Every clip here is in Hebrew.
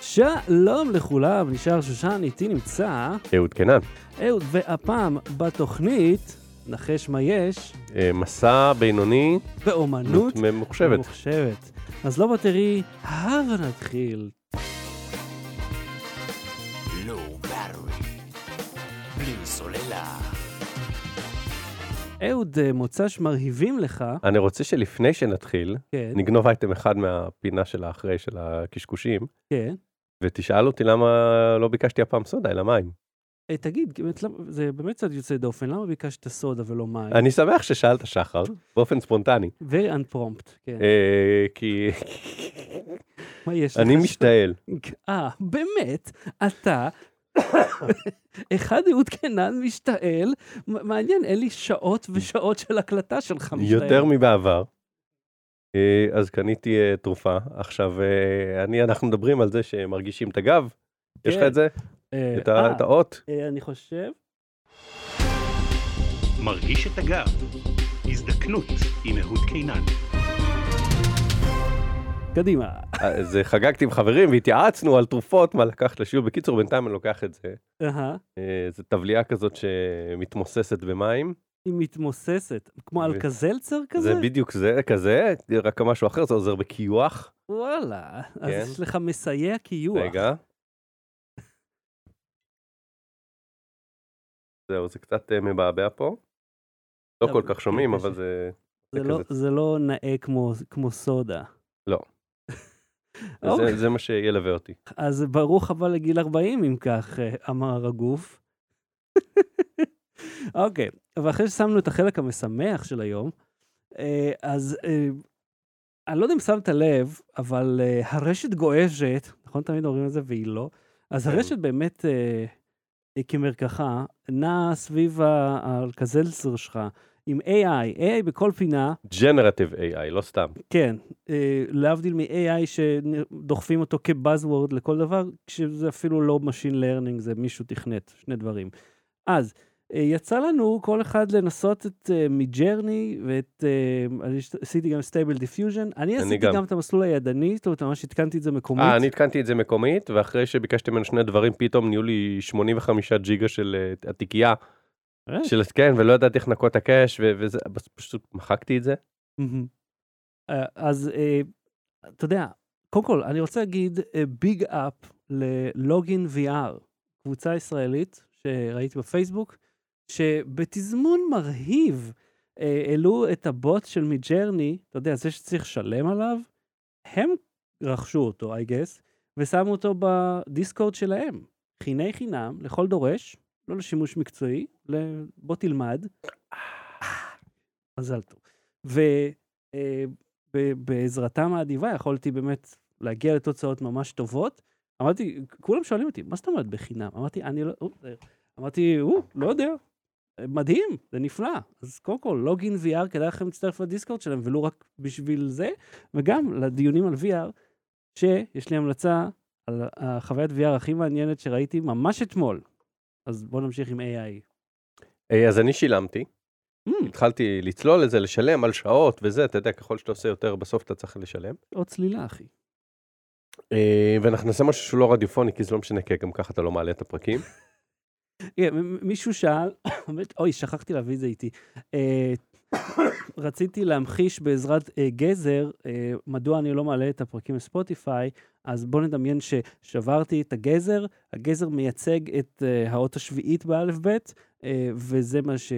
שלום לכולם, נשאר שושן, איתי נמצא אהוד קנן, אהוד, והפעם בתוכנית, נחש מה יש, אה, מסע בינוני באומנות ממוחשבת. ממוחשבת. אז לא בטרי, הבה נתחיל. לואו בארווי, לא בלי סוללה. אהוד, אה, מוצ"ש מרהיבים לך, אני רוצה שלפני שנתחיל, כן, נגנוב אייטם אחד מהפינה של האחרי של הקשקושים, כן. ותשאל אותי למה לא ביקשתי הפעם סודה, אלא מים. אה, תגיד, באמת, למה- זה באמת קצת יוצא דופן, למה ביקשת סודה ולא מים? אני שמח ששאלת שחר, באופן ספונטני, Very unprompt, כן. אה, כי מה יש לך? אני משתעל. אה, באמת? אתה, אחד אהוד קנן משתעל, מ- מעניין, אין לי שעות ושעות של הקלטה שלך משתעל. יותר מבעבר. אה, אז קניתי אה, תרופה. עכשיו, אה, אני, אנחנו מדברים על זה שמרגישים את הגב. יש לך כן. את זה? אה, את ה- אה, את האות? אה, אני חושב, מרגיש את הגב. הזדקנות עם אהוד קינן. קדימה. אז אה, חגגתי עם חברים והתייעצנו על תרופות, מה לקחת לשיעור. בקיצור, בינתיים אני לוקח את זה. אהה, אה, זו טבלייה כזאת שמתמוססת במים. היא מתמוססת, כמו ו- אלקזלצר כזה? זה בדיוק זה, כזה, רק משהו אחר, זה עוזר בקיוח. וואלה, אז כן. יש לך מסייע קיוח. רגע. זהו, זה קצת אה, מבעבע פה. לא טוב, כל כך שומעים, בבקשה. אבל זה... זה זה לא- כזה. זה לא נאה כמו- כמו סודה. לא. זה- אוקיי. זה מה שילווה אותי. אז ברוך הבא לגיל 40, אם כך, אה, אמר הגוף. אוקיי, ואחרי ששמנו את החלק המשמח של היום, אה, אז אה, אני לא יודע אם שמת לב, אבל אה, הרשת גועשת, נכון? תמיד אומרים את זה והיא לא. אז כן. הרשת באמת, אה, אה, כמרקחה, נעה סביב ה- האלקזלצר שלך, עם AI, AI בכל פינה, Generative AI, לא סתם. כן, אה, להבדיל מ-AI שדוחפים אותו כבאזוורד לכל דבר, כשזה אפילו לא Machine Learning, זה מישהו תכנת, שני דברים. אז, אה, יצא לנו כל אחד לנסות את אה, מג'רני ואת, אה, אני השת- עשיתי גם Stable Diffusion, אני עשיתי גם. גם. את המסלול הידני, זאת אומרת, ממש התקנתי את זה מקומית. אה, אני עדכנתי את זה מקומית, ואחרי שביקשתי ממנו שני דברים, פתאום נהיו לי 85 ג'יגה של אה, התיקייה. אה. של הסכם, ולא ידעתי איך לנקות את הקאש, ו- וזה, בס- פשוט מחקתי את זה. מהמם. אה, אז אה, אתה יודע, קודם כל, אני רוצה להגיד ביג אפ ללוגין VR, קבוצה ישראלית שראיתי בפייסבוק, שבתזמון מרהיב אה, העלו את הבוט של מידג'רני, אתה יודע, זה שצריך לשלם עליו, הם רכשו אותו, I guess, ושמו אותו בדיסקורד שלהם. חיני חינם, לכל דורש, לא לשימוש מקצועי, ל- בוא תלמד. מזל טוב. ובעזרתם אה, האדיבה יכולתי באמת להגיע לתוצאות ממש טובות. אמרתי, כולם שואלים אותי, מה זאת אומרת בחינם? אמרתי, אני לא... אופ, אה, אמרתי, או, לא יודע. אה, מדהים, זה נפלא. אז קודם כל, לוגין VR, כדאי לכם להצטרף לדיסקורד שלהם, ולו רק בשביל זה, וגם לדיונים על VR, שיש לי המלצה על החוויית VR הכי מעניינת שראיתי ממש אתמול. אז בואו נמשיך עם AI. אה, אז אני שילמתי, Mm, התחלתי לצלול לזה, לשלם על שעות וזה, אתה יודע, ככל שאתה עושה יותר, בסוף אתה צריך לשלם. עוד צלילה, אחי. אה, ואנחנו נעשה משהו שהוא לא רדיופוני, כי זה לא משנה, כי גם ככה אתה לא מעלה את הפרקים. כן, מ- מ- מישהו שאל, באמת, אוי, שכחתי להביא את זה איתי. אה, רציתי להמחיש בעזרת אה, גזר, אה, מדוע אני לא מעלה את הפרקים לספוטיפיי, אז בואו נדמיין ששברתי את הגזר, הגזר מייצג את אה, האות השביעית באלף-בית, אה, וזה מה ש...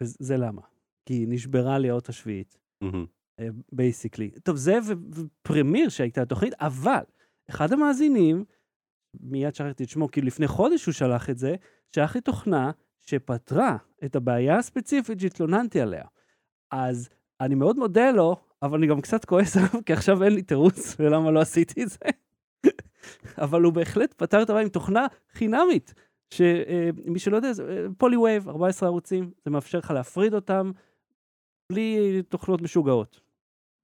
וזה למה. כי נשברה לי האות השביעית. מהמם. בייסיקלי. אה, טוב, זה ו- ופרמיר שהייתה התוכנית, אבל אחד המאזינים, מיד שכחתי את שמו, כי לפני חודש הוא שלח את זה, שלח לי תוכנה שפתרה את הבעיה הספציפית שהתלוננתי עליה. אז אני מאוד מודה לו, אבל אני גם קצת כועס עליו, כי עכשיו אין לי תירוץ ללמה לא עשיתי את זה. אבל הוא בהחלט פתר את הבעיה עם תוכנה חינמית, שמי שלא יודע, זה אה, פולי-וייב, 14 ערוצים, זה מאפשר לך להפריד אותם בלי תוכנות משוגעות.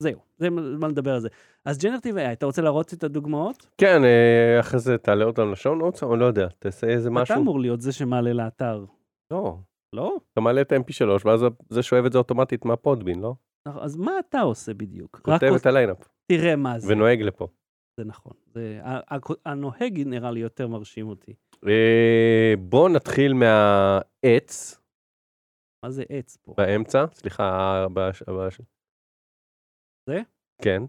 זהו, זה מה מה לדבר על זה. אז ג'נרטיב AI, אתה רוצה להראות את הדוגמאות? כן, אה, אחרי זה תעלה אותם לשעון עוד או לא יודע, תעשה איזה משהו. אתה אמור להיות זה שמעלה לאתר, לא. לא? אתה מעלה את mp3, ואז זה שואב את זה אוטומטית מהפודבין, לא? אז מה נכון, אתה עושה בדיוק? רק כותב עוש- את הליינאפ, תראה מה זה. ונוהג לפה. זה נכון. זה, ה- ה- הנוהג נראה לי יותר מרשים אותי. אה, בואו נתחיל מהעץ מה זה עץ פה? באמצע, סליחה, בש- בש- זה? כן.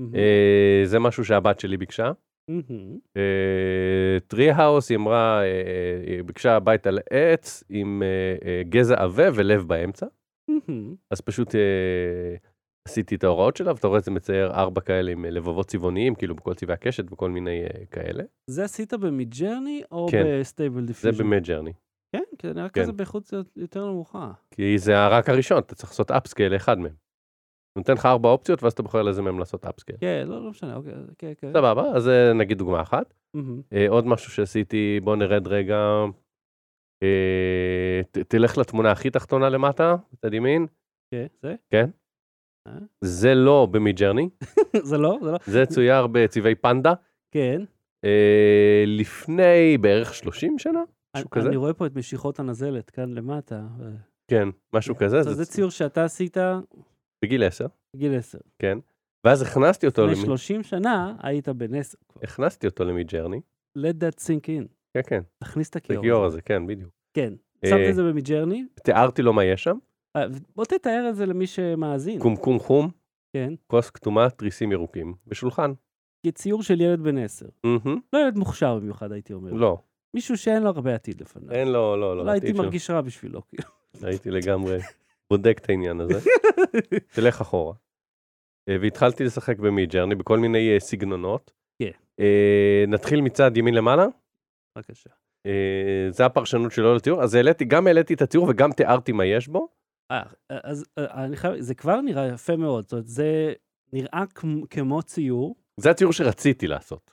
מהמם, אה, זה משהו שהבת שלי ביקשה. מהמם. טרי האוס, אה, היא אמרה, אה, אה, היא ביקשה בית על עץ עם אה, אה, גזע עבה ולב באמצע. מהמם. אז פשוט אה, עשיתי את ההוראות שלה, ואתה רואה את זה מצייר ארבע כאלה עם אה, לבבות צבעוניים, כאילו בכל צבעי הקשת וכל מיני אה, כאלה. זה עשית במידג'רני או כן. בסטייבל זה דיפיוז'ן? במג'רני. כן, כי זה נראה כן. כזה באיכות קצת יותר נמוכה. כי זה הרק הראשון, אתה צריך לעשות אפסקייל לאחד מהם. הוא נותן לך ארבע אופציות, ואז אתה בוחר לאיזה מהם לעשות אפסקייל. כן, לא, לא משנה, אוקיי, כן, כן. סבבה, אז זה נגיד דוגמה אחת. מהמם. אה, עוד משהו שעשיתי, בוא נרד רגע. אה, ת- תלך לתמונה הכי תחתונה למטה, בצד ימין. כן, זה? זה לא במידג'רני, זה לא? זה לא? זה צויר בצבעי פנדה. כן. אה, לפני בערך 30 שנה, משהו אני- כזה. אני רואה פה את משיכות הנזלת כאן למטה. אה, כן, משהו כזה, אז זה זה ציור שאתה עשית בגיל 10. בגיל 10. ואז הכנסתי אותו, לפני למי- 30 שנה היית בן 10 כבר. הכנסתי אותו למידג'רני. let that sink in. כן, כן, תכניס את את הכיור. הגיור הזה, כן, בדיוק. כן. אה, שמתי את זה במידג'רני. תיארתי לו מה יש שם, אה, ו- בוא תתאר את זה למי שמאזין. קומקום חום, כן. כוס כתומה, תריסים ירוקים, ושולחן. כציור של ילד בן 10. מהמם. לא ילד מוכשר במיוחד, הייתי אומר. לא, מישהו שאין לו הרבה עתיד לפניו. אין לו, לא, לא. לא הייתי עתיד שם. מרגיש רע בשבילו. כאילו. הייתי לגמרי בודק את העניין הזה. תלך אחורה. אה, והתחלתי לשחק במידג'רני בכל מיני אה, סגנונות. כן. אה, נתחיל מצד ימין למעלה. בבקשה. אה, זה הפרשנות שלו לתיאור, אז העליתי, גם העליתי את התיאור וגם תיארתי מה יש בו. אה, אז אה, אני חייב, זה כבר נראה יפה מאוד. זאת אומרת, זה נראה כמו- כמו ציור. זה הציור שרציתי לעשות.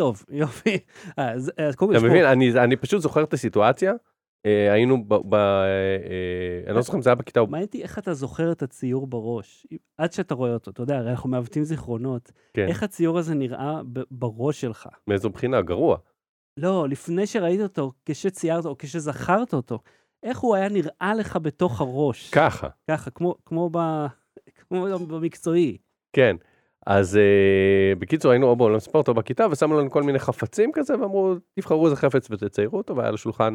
טוב, יופי. אה, אז אז קודם כל יש אתה פה... מבין? אני- אני פשוט זוכר את הסיטואציה. אה, היינו ב... ב- אה, אה, אני לא זוכר אם זה היה בכיתה... או- מעניין אותי איך אתה זוכר את הציור בראש, אם- עד שאתה רואה אותו. אתה יודע, הרי אנחנו מעוותים זיכרונות. כן. איך הציור הזה נראה ב- בראש שלך? מאיזו בחינה? גרוע. לא, לפני שראית אותו, כשציירת או כשזכרת אותו, איך הוא היה נראה לך בתוך הראש? ככה. ככה, כמו, כמו, ב... כמו במקצועי. כן. אז אה, בקיצור היינו או בעולם ספורט או בכיתה ושמו לנו כל מיני חפצים כזה ואמרו תבחרו איזה חפץ ותציירו אותו והיה לשולחן,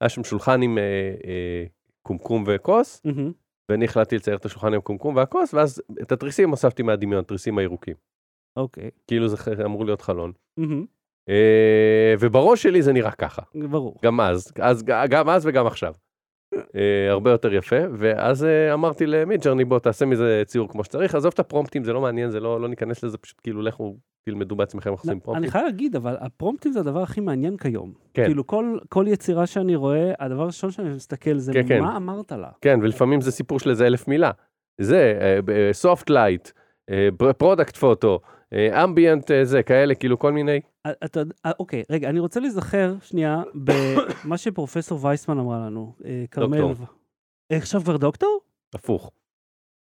היה שם שולחן עם אה, אה, קומקום וכוס מהמם. ואני החלטתי לצייר את השולחן עם קומקום והכוס ואז את התריסים הוספתי מהדמיון, התריסים הירוקים. אוקיי. כאילו זה ח- אמור להיות חלון. מהמם. אה, ובראש שלי זה נראה ככה, ברור. גם אז, אז גם אז וגם עכשיו. אה, הרבה יותר יפה ואז אה, אמרתי למידג'רני בוא תעשה מזה ציור כמו שצריך עזוב את הפרומפטים זה לא מעניין זה לא לא ניכנס לזה פשוט כאילו לכו תלמדו בעצמכם איך עושים לא, אני פרומפטים. חייב להגיד, אבל הפרומפטים זה הדבר הכי מעניין כיום. כן. כאילו, כל, כל יצירה שאני רואה, הדבר הראשון שאני מסתכל זה כן, כן. מה אמרת לה. כן ולפעמים זה סיפור של איזה אלף מילה. זה אה, סופט לייט, אה, פרודקט פוטו, אמביאנט אה, זה כאלה כאילו כל מיני. אתה, אה, אוקיי, רגע, אני רוצה להיזכר שנייה במה שפרופסור וייסמן אמרה לנו. אה, כרמל. דוקטור. אה, עכשיו כבר דוקטור? הפוך.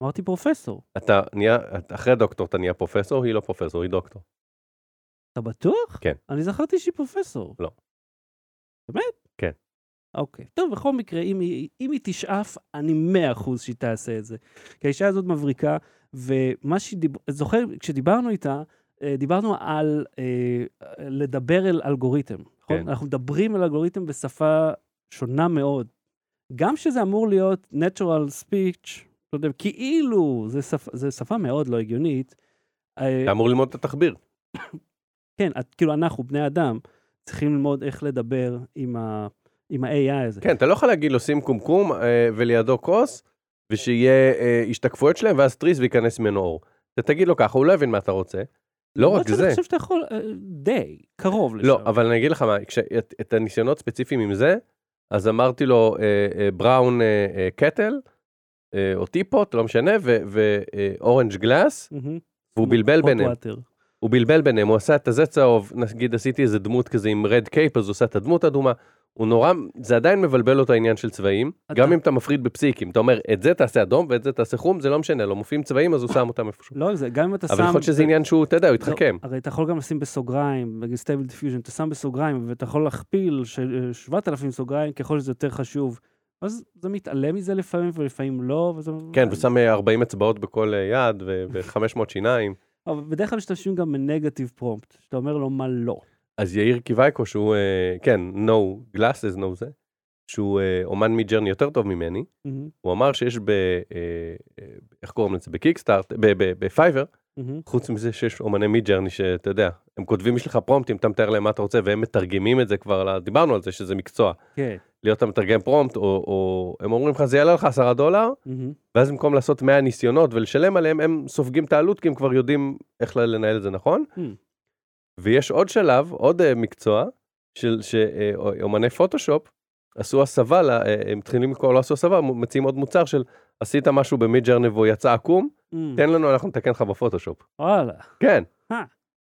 אמרתי פרופסור. אתה נהיה את- אחרי דוקטור אתה נהיה פרופסור היא לא פרופסור היא דוקטור. אתה בטוח? כן. אני זכרתי שהיא פרופסור. לא. באמת? כן. אוקיי. טוב, בכל מקרה, אם היא, אם היא תשאף, אני מאה אחוז שהיא תעשה את זה. כי האישה הזאת מבריקה, ומה שהיא דיב... זוכר, כשדיברנו איתה, אה, דיברנו על אה, לדבר אל אלגוריתם. נכון? כן. אנחנו מדברים על אלגוריתם בשפה שונה מאוד. גם שזה אמור להיות natural speech, לא יודע, כאילו, זו שפ... זה שפה מאוד לא הגיונית. אה, אתה אמור ללמוד את התחביר. כן, את, כאילו אנחנו, בני אדם, צריכים ללמוד איך לדבר עם, ה, עם ה-AI הזה. כן אתה לא יכול להגיד לו שים קומקום אה, ולידו כוס ושיהיה אה, השתקפויות שלהם ואז תריס וייכנס ממנו אור. אתה תגיד לו ככה הוא לא יבין מה אתה רוצה. לא רק למרות שאני זה. חושב שאתה יכול, אה, די, קרוב לשם. לא, אבל אני אגיד לך מה, כש- את- את הניסיונות ספציפיים עם זה, אז אמרתי לו אה, אה, בראון אה, אה, קטל, אה, או טיפות, לא משנה, אה, ואורנג' גלאס, מהמם. והוא בלבל hot ביניהם, water. הוא בלבל ביניהם, הוא עשה את הזה צהוב, נגיד עשיתי איזה דמות כזה עם רד קייפ, אז הוא עשה את הדמות אדומה, הוא נורא, זה עדיין מבלבל לו את העניין של צבעים, אתה- גם אם אתה מפריד בפסיקים, אתה אומר, את זה תעשה אדום ואת זה תעשה חום, זה לא משנה, לא מופיעים צבעים, אז הוא שם אותם איפשהו. לא רק זה, גם אם אתה שם... אה, לא, אבל יכול להיות שזה עניין שהוא, אתה יודע, הוא יתחכם. הרי אתה יכול גם לשים בסוגריים, נגיד סטייבל דיפיוז'ן, אתה שם בסוגריים, ואתה יכול להכפיל ש- 7,000 סוגריים ככל שזה יותר חשוב. אז זה מתעלם מזה לפעמים ולפעמים לא, וזה... כן, ושם אה, 40 אצבעות בכל אה, יד, ו- ו-500 שיניים. אבל בדרך כלל משתמשים גם בנגטיב פרומפט, שאתה אומר לו מה לא. אז יאיר קיווייקו, שהוא, אה, כן, no glasses, no זה, שהוא אה, אומן מידג'רני יותר טוב ממני, מהמם, הוא אמר שיש ב... אה, אה, איך קוראים לזה? בקיקסטארט, ב- ב- בפייבר, מהמם. חוץ מזה שיש אומני מידג'רני שאתה יודע, הם כותבים בשבילך פרומפטים, אתה מתאר להם מה אתה רוצה, והם מתרגמים את זה כבר, ל- דיברנו על זה שזה מקצוע, כן. להיות המתרגם פרומפט, או, או הם אומרים לך זה יעלה לך 10 דולר, מהמם. ואז במקום לעשות 100 ניסיונות ולשלם עליהם, הם סופגים את העלות כי הם כבר יודעים איך ל- לנהל את זה נכון. Hmm. ויש עוד שלב, עוד אה, מקצוע, של שאומני פוטושופ עשו הסבה, ל- אה, הם מתחילים לקרוא, לא עשו הסבה, מ- מציעים עוד מוצר של עשית משהו במידג'רני והוא יצא עקום, מהמם. תן לנו, אנחנו נתקן לך בפוטושופ. וואלה. כן. אה.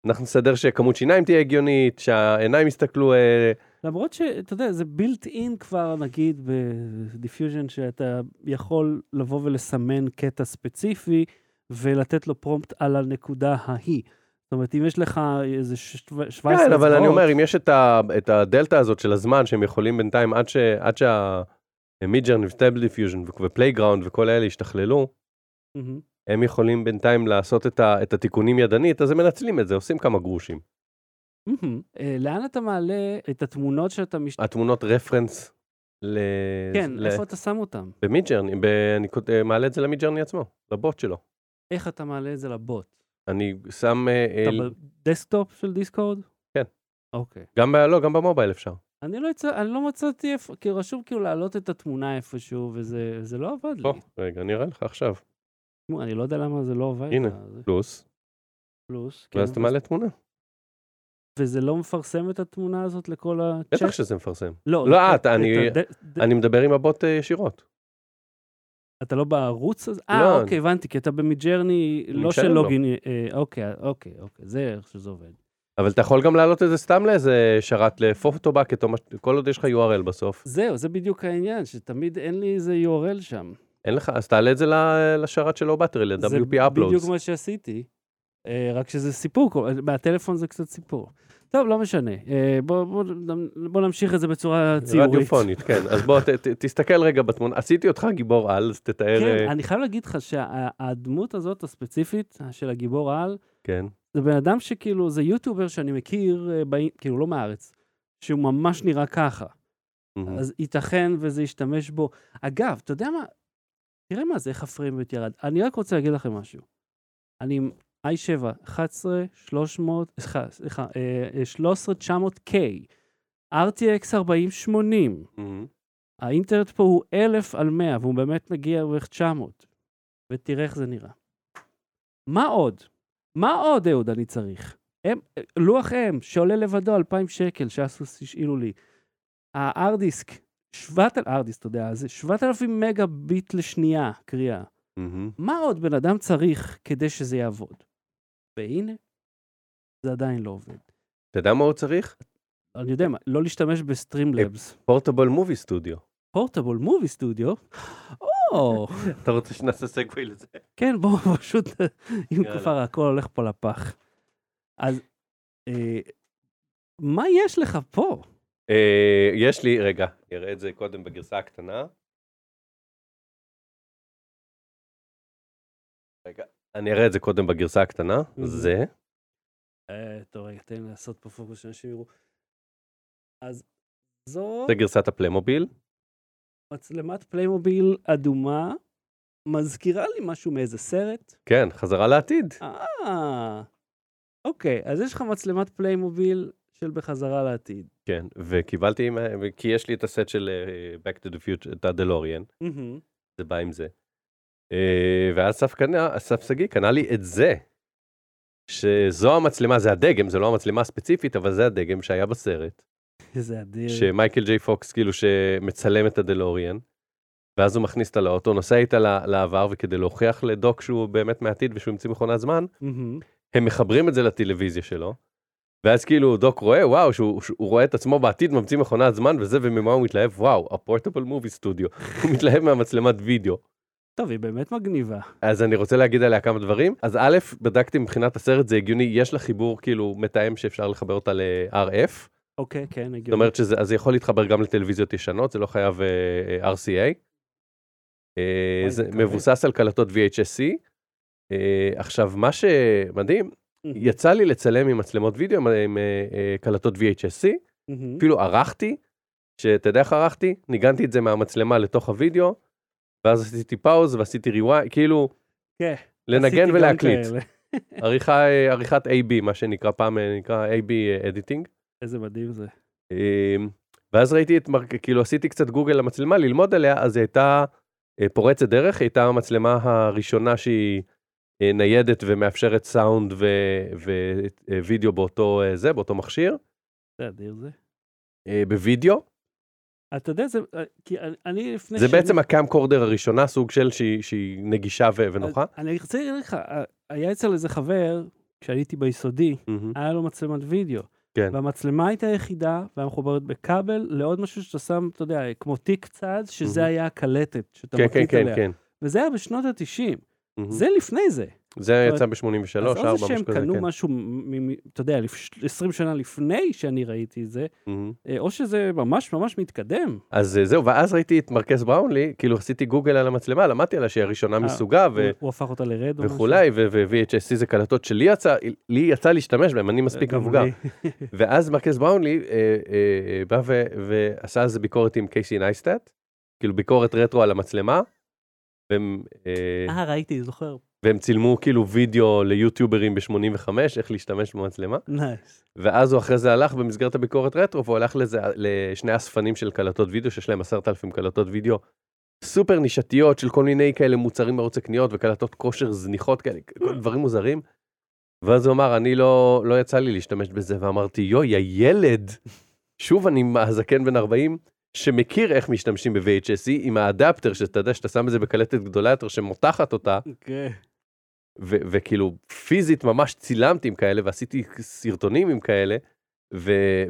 אנחנו נסדר שכמות שיניים תהיה הגיונית, שהעיניים יסתכלו, אה, למרות שאתה יודע, זה בילט אין כבר, נגיד, בדיפיוז'ן, שאתה יכול לבוא ולסמן קטע ספציפי ולתת לו פרומפט על הנקודה ההיא. זאת אומרת, אם יש לך איזה שו- 17 כן, אבל אני אצבעות, אומר, אם יש את, ה, את הדלתא הזאת של הזמן שהם יכולים בינתיים עד, ש, עד שה... מידג'רן וסטייבל דיפיוז'ן ופלייגראונד וכל אלה ישתכללו, מהמם. הם יכולים בינתיים לעשות את, ה, את התיקונים ידנית, אז הם מנצלים את זה, עושים כמה גרושים. מהמם. אה, לאן אתה מעלה את התמונות שאתה משתמש? התמונות רפרנס ל... כן, ל... איפה אתה שם אותם? במידג'רני, ב... אני כות- מעלה את זה למידג'רני עצמו, לבוט שלו. איך אתה מעלה את זה לבוט? אני שם, אה, אתה אל... בדסקטופ של דיסקורד? כן. אוקיי. גם, ב... לא, גם במובייל אפשר. אני לא, הצ... אני לא מצאתי איפה, כי רשום כאילו להעלות את התמונה איפשהו, וזה זה לא עבד בוא, לי. רגע, אני אראה לך עכשיו. תשמעו, אני לא יודע למה זה לא עובד. הנה. לך, זה פלוס, פלוס. כן, ואז אתה מעלה תמונה. וזה לא מפרסם את התמונה הזאת לכל הצ'אט? בטח שזה מפרסם. לא, לא, את- את, אני- את הד- ד- אני מדבר עם הבוט אה, ישירות. אתה לא בערוץ הזה? לא. אה, אוקיי, הבנתי, כי אתה במידג'רני, אני לא משלם של לו. לוגין. אה, אוקיי, אוקיי, אוקיי, זה איך שזה עובד. אבל אתה יכול גם להעלות את זה סתם לאיזה שרת לפוטובקט, או מש- כל עוד יש לך URL בסוף. זהו, זה בדיוק העניין, שתמיד אין לי איזה URL שם. אין לך, אז תעלה את זה ל- לשרת של אובטרי, זה ל-WP בדיוק Uploads. מה שעשיתי, אה, רק שזה סיפור, כל- מהטלפון זה קצת סיפור. טוב, לא משנה. אה, בוא- בוא נ- בוא נמשיך את זה בצורה ציורית. רדיופונית, כן. אז בוא, ת- ת- תסתכל רגע בתמונה. עשיתי אותך גיבור על, אז תתאר... כן, אה, אני חייב להגיד לך שהדמות הזאת הספציפית של הגיבור העל, כן. זה בן אדם שכאילו, זה יוטיובר שאני מכיר, אה, באי- כאילו לא מהארץ, שהוא ממש נראה ככה. מהמם. אז ייתכן וזה ישתמש בו. אגב, אתה יודע מה? תראה מה זה, איך הפריימיות ירד. אני רק רוצה להגיד לכם משהו. אני עם i7, 11, 300, סליחה, סליחה, אה, אה, 13, 900K, RTX 4080, מהמם. האינטרנט פה הוא 1,000 על 100, והוא באמת מגיע בערך 900. ותראה איך זה נראה. מה עוד? מה עוד, אהוד, אני צריך? הם, לוח אם, שעולה לבדו 2,000 שקל, שאסוס השאילו לי. הארדיסק, 7,000, הארדיסק, אתה יודע, זה 7,000 מגה ביט לשנייה קריאה. מהמם. מה עוד בן אדם צריך כדי שזה יעבוד? והנה, זה עדיין לא עובד. אתה יודע מה הוא צריך? אני יודע מה, לא להשתמש בסטרימלבס. פורטבול מובי סטודיו. פורטבול מובי סטודיו? או, אתה רוצה שנעשה סגווי לזה? כן, בואו פשוט, אם יאללה. כבר הכל הולך פה לפח. אז אה, מה יש לך פה? אה, יש לי, רגע, אראה את זה קודם בגרסה הקטנה. רגע, אני אראה את זה קודם בגרסה הקטנה, Mhm. זה. אה, טוב, רגע, תן לי לעשות פה פוקוס שאנשים יראו. אז זו זה גרסת הפלמוביל. מצלמת פליימוביל אדומה, מזכירה לי משהו מאיזה סרט. כן, חזרה לעתיד. אה, אוקיי, אז יש לך מצלמת פליימוביל של בחזרה לעתיד. כן, וקיבלתי, עם ה- כי יש לי את הסט של אה, Back to the Future, את הדלוריאן, מהמם. זה בא עם זה. אה, ואז אסף קנה, אסף שגיא קנה לי את זה, שזו המצלמה, זה הדגם, זה לא המצלמה הספציפית, אבל זה הדגם שהיה בסרט. איזה אדיר. שמייקל ג'יי פוקס כאילו שמצלם את הדלוריאן, ואז הוא מכניס אותה לאוטו, נוסע איתה ל- לעבר, וכדי להוכיח לדוק שהוא באמת מהעתיד ושהוא המציא מכונת זמן, מהמם. הם מחברים את זה לטלוויזיה שלו, ואז כאילו דוק רואה, וואו, שהוא, שהוא רואה את עצמו בעתיד ממציא מכונת זמן וזה, וממה הוא מתלהב, וואו, הפורטבל מובי סטודיו, הוא מתלהב מהמצלמת וידאו. טוב, היא באמת מגניבה. אז אני רוצה להגיד עליה כמה דברים. אז א', בדקתי מבחינת הסרט, זה הגיוני, יש לה חיבור כאילו מתאם שאפשר לחבר אותה ל-RF. אוקיי, כן, הגיוני. זאת אומרת שזה אז זה יכול להתחבר גם לטלוויזיות ישנות, זה לא חייב אה, אה, RCA. אה, וואי, זה זה כבד. מבוסס על קלטות VHSC, אה, עכשיו, מה שמדהים, יצא לי לצלם עם מצלמות וידאו, עם, עם אה, אה, קלטות VHSC, מהמם. אפילו ערכתי, שאתה יודע איך ערכתי? ניגנתי את זה מהמצלמה לתוך הוידאו, ואז עשיתי פאוז ועשיתי ריוואי, כאילו, כן, לנגן עשיתי גם ולהקליט. כאלה. עריכה, אה, עריכת AB, מה שנקרא פעם, אה, נקרא AB אדיטינג. איזה מדהים זה. אמ, ואז ראיתי את, מר- כאילו עשיתי קצת גוגל למצלמה ללמוד עליה, אז היא הייתה אה, פורצת דרך, היא הייתה המצלמה הראשונה שהיא אה, ניידת ומאפשרת סאונד ווידאו באותו אה, זה, באותו מכשיר, זה אדיר זה. אה, בווידאו. אתה יודע, זה... אה, כי אני- אני לפני... זה שנים- בעצם הקאמקורדר הראשונה, סוג של שהיא שהיא נגישה ו- ונוחה. אז אני רוצה להגיד לך, אה, היה אצל איזה חבר, כשהייתי ביסודי, מהמם. היה לו מצלמת וידאו. כן. והמצלמה הייתה יחידה, והיה מחוברת בכבל לעוד משהו שאתה שם, אתה יודע, כמו תיק צד, שזה Mhm. היה הקלטת שאתה כן, כן, מקליט כן, עליה. כן. וזה היה בשנות ה-90. מהמם. זה לפני זה. זה זאת יצא ב-83, 4, אז או זה משהו שהם כזה, קנו כן. משהו, מ- מ- אתה יודע, לפ- 20 שנה לפני שאני ראיתי את זה, מהמם. אה, או שזה ממש ממש מתקדם. אז אה, זהו, ואז ראיתי את מרכז בראונלי, כאילו עשיתי גוגל על המצלמה, למדתי עליה שהיא אה, הראשונה מסוגה ו- הוא- הוא הפך אותה לרד או משהו. וכולי, ו-VHSC זה קלטות שלי יצא, לי יצא להשתמש בהן, אני מספיק אה, גם מבוגר. לי. ואז מרכז בראונלי אה, אה, אה, בא ו- ועשה איזה ביקורת עם קייסי נייסטאט, כאילו ביקורת רטרו על המצלמה, והם, אה, אה, ראיתי, זוכר. והם צילמו כאילו וידאו ליוטיוברים ב-85, איך להשתמש במצלמה, נייס. ואז הוא אחרי זה הלך במסגרת הביקורת רטרו, והוא הלך לזה, לשני אספנים של קלטות וידאו, שיש להם עשרת אלפים קלטות וידאו סופר נישתיות של כל מיני כאלה מוצרים בערוץ הקניות, וקלטות כושר זניחות כאלה, כל דברים מוזרים. ואז הוא אמר, אני לא, לא יצא לי להשתמש בזה, ואמרתי, יואי, הילד, שוב אני הזקן בן 40, שמכיר איך משתמשים ב-VHSE E עם האדפטר, שאתה יודע שאתה שם את זה בקלטת גדולה יותר שמותחת אותה, כן. ו- וכאילו פיזית ממש צילמתי עם כאלה ועשיתי סרטונים עם כאלה,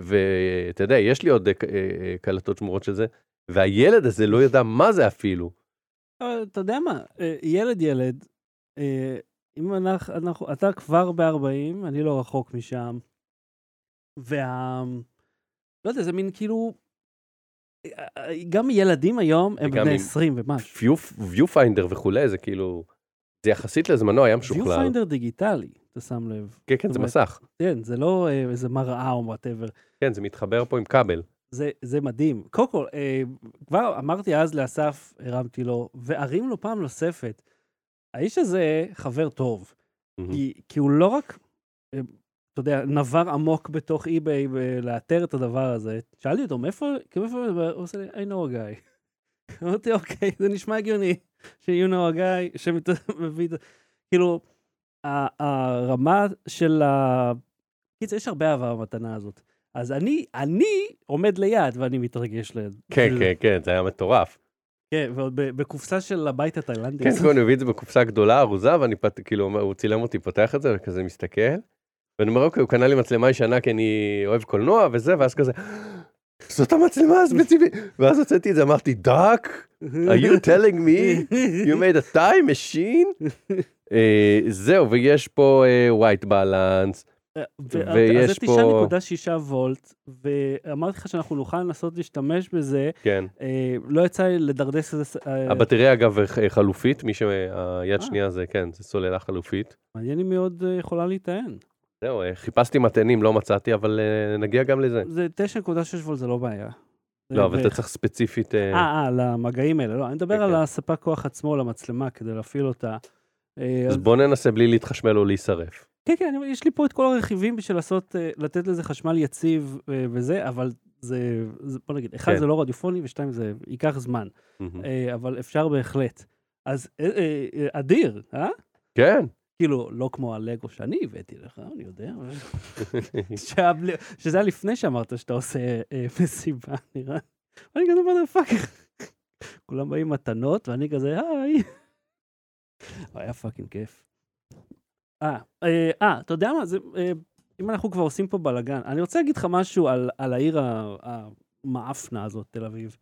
ואתה יודע, יש לי עוד אה, אה, אה, קלטות שמורות של זה, והילד הזה לא ידע מה זה אפילו. אבל אתה יודע מה, אה, ילד ילד, אה, אם אנחנו, אנחנו אתה כבר ב-40, אני לא רחוק משם, וה... לא יודע, זה מין כאילו... אה, אה, גם ילדים היום הם וגם בני עם 20 ומשהו. ויופיינדר וכולי, זה כאילו, זה יחסית לזמנו היה משוכלל. ויופיינדר דיגיטלי, אתה שם לב. כן, כן, זאת זה אומרת- מסך. כן, זה לא אה, איזה מראה או וואטאבר. כן, זה מתחבר פה עם כבל. זה, זה מדהים. קודם כל, אה, כבר אמרתי אז לאסף, הרמתי לו, וארים לו פעם נוספת. האיש הזה חבר טוב, מהמם. כי, כי הוא לא רק, אה, אתה יודע, נבר עמוק בתוך אי-ביי ב- לאתר את הדבר הזה. שאלתי אותו, מאיפה, כאילו, מאיפה, הוא עושה לי, I know a guy. אמרתי, אוקיי, זה נשמע הגיוני, ש-you know a guy, שמביא את זה. כאילו, ה- הרמה של ה... קיצר, יש הרבה אהבה במתנה הזאת. אז אני, אני עומד ליד ואני מתרגש ליד. כן, כאילו, כן, כן, זה היה מטורף. כן, ועוד ב- בקופסה של הבית התאילנדי. כן, כאילו, אני מביא את זה בקופסה גדולה, ארוזה, ואני פת- כאילו, אומר- הוא צילם אותי, פותח את זה, וכזה מסתכל. ואני אומר, אוקיי, הוא קנה לי מצלמה ישנה כי אני אוהב קולנוע וזה, ואז כזה, זאת המצלמה הספציפית. ואז הוצאתי את זה, אמרתי, דאק, are you telling me you made a time machine? אה, זהו, ויש פה אה, white balance. ויש ויש אה, אז פה- זה 9.6 וולט, ואמרתי לך שאנחנו נוכל לנסות להשתמש בזה. כן. אה, לא יצא לי לדרדס את זה. אה, הבטריה, אגב, אה, חלופית, מי שהיד אה. שנייה זה, כן, זה סוללה חלופית. מעניין אם היא עוד אה, יכולה להיטען. זהו, אה, חיפשתי מתנים, לא מצאתי, אבל אה, נגיע גם לזה. זה 9.6 וולט זה לא בעיה. לא, אבל אתה זה- צריך ספציפית... אה, אה, אה, למגעים האלה. לא, אני מדבר כן, על כן. הספק כוח עצמו למצלמה כדי להפעיל אותה. אה, אז אז- בוא ננסה בלי להתחשמל או להישרף. כן, כן, אני אומר, יש לי פה את כל הרכיבים בשביל לעשות, אה, לתת לזה חשמל יציב אה, וזה, אבל זה, זה- בוא נגיד, אחד כן. זה לא רדיופוני ושתיים זה ייקח זמן, אה, אבל אפשר בהחלט. אז אה, אה, אה, אדיר, אה? כן. כאילו, לא כמו הלגו שאני הבאתי לך, אני יודע, אבל- שהבלי- שזה היה לפני שאמרת שאתה עושה אה, מסיבה, נראה. אני כזה מה פאקר. כולם באים עם מתנות, ואני כזה, היי. היה פאקינג כיף. אה, אה, אה, אתה יודע מה, זה, אה, אם אנחנו כבר עושים פה בלאגן, אני רוצה להגיד לך משהו על, על העיר ה- המאפנה הזאת, תל אביב.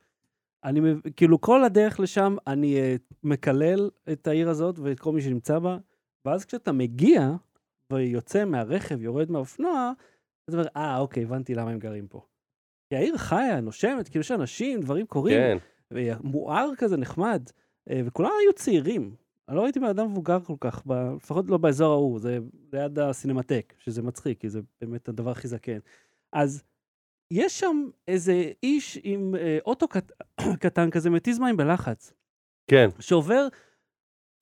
אני, מב- כאילו, כל הדרך לשם אני אה, מקלל את העיר הזאת ואת כל מי שנמצא בה, ואז כשאתה מגיע ויוצא מהרכב, יורד מהאופנוע, אתה אומר, אה, אוקיי, הבנתי למה הם גרים פה. כי העיר חיה, נושמת, כאילו יש אנשים, דברים קורים. כן. מואר כזה נחמד, אה, וכולם היו צעירים. אני לא ראיתי בן אדם מבוגר כל כך, ב... לפחות לא באזור ההוא, זה ליד הסינמטק, שזה מצחיק, כי זה באמת הדבר הכי זקן. אז יש שם איזה איש עם אה, אוטו קט... קטן כזה, מתיז מים בלחץ, כן, שעובר,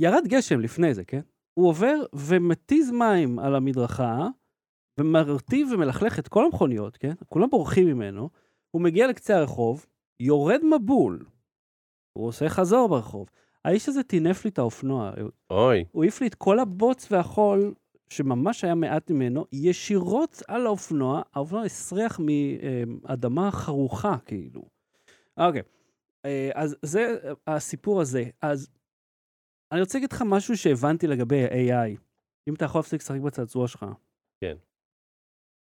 ירד גשם לפני זה, כן? הוא עובר ומתיז מים על המדרכה, ומרטיב ומלכלך את כל המכוניות, כן? כולם בורחים ממנו, הוא מגיע לקצה הרחוב, יורד מבול, הוא עושה חזור ברחוב. האיש הזה טינף לי את האופנוע, אוי, הוא העיף לי את כל הבוץ והחול, שממש היה מעט ממנו, ישירות על האופנוע, האופנוע הסריח מאדמה חרוכה, כאילו. אוקיי, אה, אז זה הסיפור הזה. אז אני רוצה להגיד לך משהו שהבנתי לגבי AI. אם אתה יכול להפסיק לשחק בצעצוע שלך. כן.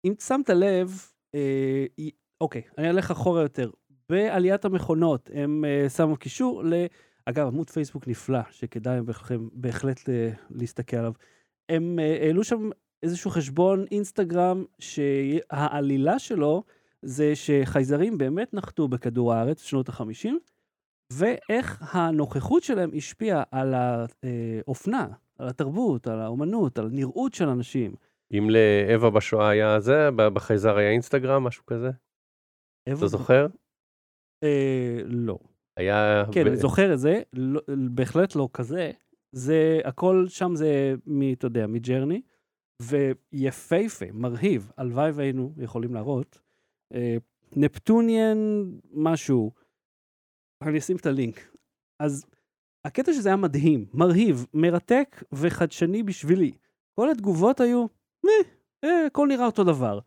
אם שמת לב, אה, אי- אוקיי, אני אלך אחורה יותר. בעליית המכונות הם אה, שמו קישור ל... אגב, עמוד פייסבוק נפלא, שכדאי בכם בהחלט אה, להסתכל עליו. הם אה, העלו שם איזשהו חשבון אינסטגרם שהעלילה שלו זה שחייזרים באמת נחתו בכדור הארץ בשנות ה-50, ואיך הנוכחות שלהם השפיעה על האופנה, על התרבות, על האומנות, על הנראות של אנשים. אם לאווה בשואה היה זה, ב- בחייזר היה אינסטגרם, משהו כזה, אתה זוכר? אה, לא. היה... כן, ב- אני זוכר את זה, לא, בהחלט לא כזה. זה, הכל שם זה, מ- אתה יודע, מג'רני, ויפהפה, מרהיב, הלוואי והיינו יכולים להראות. אה, נפטוניאן משהו, אני אשים את הלינק. אז הקטע שזה היה מדהים, מרהיב, מרתק וחדשני בשבילי. כל התגובות היו, "מה, אה, הכל נראה אותו דבר.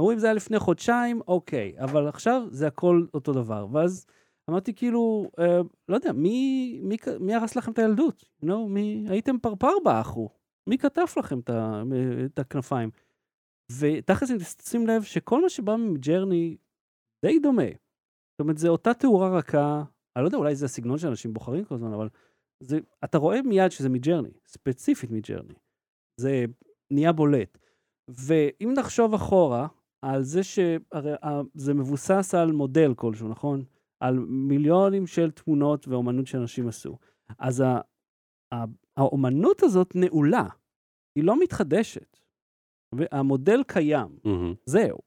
אמרו, אם זה היה לפני חודשיים, אוקיי, אבל עכשיו זה הכל אותו דבר. ואז אמרתי כאילו, אה, לא יודע, מי, מי, ק- מי הרס לכם את הילדות? You know, מי, הייתם פרפר באחו, מי כתף לכם את, ה- את הכנפיים? ותכלס, אם תשים לב שכל מה שבא מג'רני די דומה. זאת אומרת, זו אותה תאורה רכה, אני לא יודע, אולי זה הסגנון שאנשים בוחרים כל הזמן, אבל זה, אתה רואה מיד שזה מג'רני, ספציפית מג'רני. זה נהיה בולט. ואם נחשוב אחורה, על זה שהרי ה- זה מבוסס על מודל כלשהו, נכון? על מיליונים של תמונות ואומנות שאנשים עשו. אז ה- ה- האומנות הזאת נעולה, היא לא מתחדשת. המודל קיים, מהמם. זהו.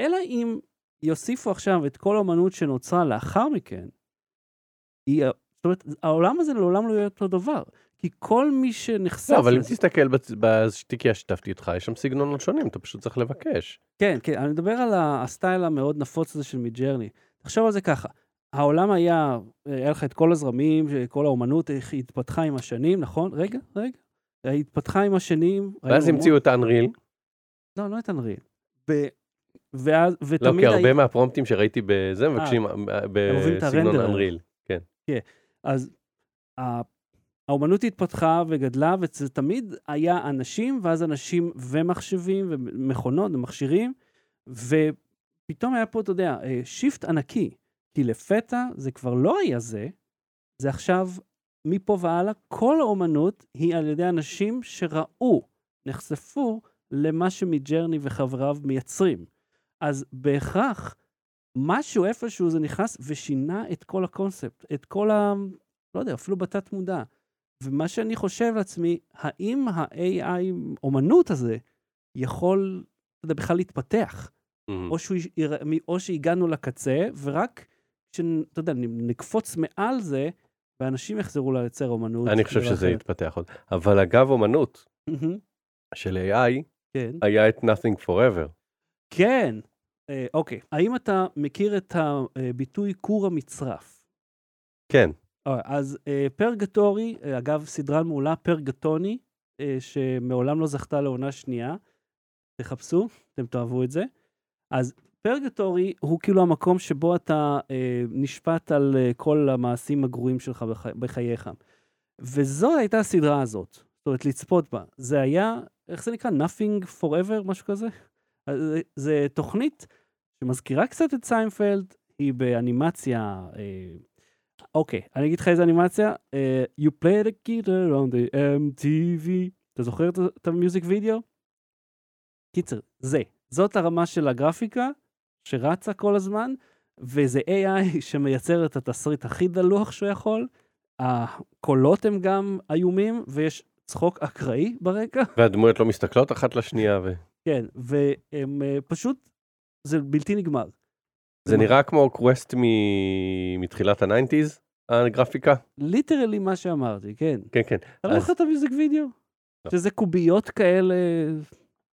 אלא אם יוסיפו עכשיו את כל האומנות שנוצרה לאחר מכן, היא, זאת אומרת, העולם הזה לעולם לא יהיה אותו דבר. כי כל מי שנחשף... לא, אבל אם לזה- תסתכל בצ- בשתיקיה ששיתפתי אותך, יש שם סגנונות שונים, אתה פשוט צריך לבקש. כן, כן, אני מדבר על ה- הסטייל המאוד נפוץ הזה של מידג'רני. תחשוב על זה ככה, העולם היה, היה לך את כל הזרמים, כל האומנות, איך היא התפתחה עם השנים, נכון? רגע, רגע. היא התפתחה עם השנים. ואז ראינו המציאו את האנריל. המון- לא, לא את אנריל. ב... ואז, לא, ותמיד כי הרבה היה... מהפרומפטים שראיתי בזה מבקשים אה, אוהבים אה, את בסגנון הרנדרר. אנריל. אז ה- האומנות התפתחה וגדלה, וזה תמיד היה אנשים, ואז אנשים ומחשבים ומכונות ומכשירים, ופתאום היה פה, אתה יודע, אה, שיפט ענקי, כי לפתע זה כבר לא היה זה, זה עכשיו, מפה והלאה, כל האומנות היא על ידי אנשים שראו, נחשפו למה שמג'רני וחבריו מייצרים. אז בהכרח, משהו איפשהו זה נכנס ושינה את כל הקונספט, את כל ה... לא יודע, אפילו בתת מודע. ומה שאני חושב לעצמי, האם ה-AI אומנות הזה יכול, אתה יודע, בכלל להתפתח? מהמם. או, שהוא, יר- או שהגענו לקצה, ורק כשאתה יודע, נקפוץ מעל זה, ואנשים יחזרו לייצר אומנות. אני חושב שזה ולאחרת. יתפתח עוד. אבל אגב, אומנות מהמם, של AI כן. היה את Nothing Forever. כן. אה, אוקיי. האם אתה מכיר את הביטוי כור המצרף? כן. אה, אז אה, פרגטורי, אה, אגב, סדרה מעולה, פרגטוני, אה, שמעולם לא זכתה לעונה שנייה. תחפשו, אתם תאהבו את זה. אז פרגטורי הוא כאילו המקום שבו אתה אה, נשפט על אה, כל המעשים הגרועים שלך בח... בחייך. וזו הייתה הסדרה הזאת, זאת אומרת, לצפות בה. זה היה, איך זה נקרא? Nothing Forever, משהו כזה? אז זה, זה תוכנית שמזכירה קצת את סיינפלד, היא באנימציה אה, אוקיי, אני אגיד לך איזה אנימציה. אה, you play the guitar on the MTV. אתה זוכר את- את המיוזיק וידאו? קיצר, זה. זאת הרמה של הגרפיקה, שרצה כל הזמן, וזה AI שמייצר את התסריט הכי דלוח שהוא יכול, הקולות הם גם איומים, ויש צחוק אקראי ברקע. והדמויות לא מסתכלות אחת לשנייה, וזה כן, והם אה, פשוט, זה בלתי נגמר. נראה כמו קווסט מ- מתחילת הניינטיז, הגרפיקה. ליטרלי מה שאמרתי, כן. כן, כן. אתה לא אז- זוכר את המיוזיק וידאו? שזה קוביות כאלה,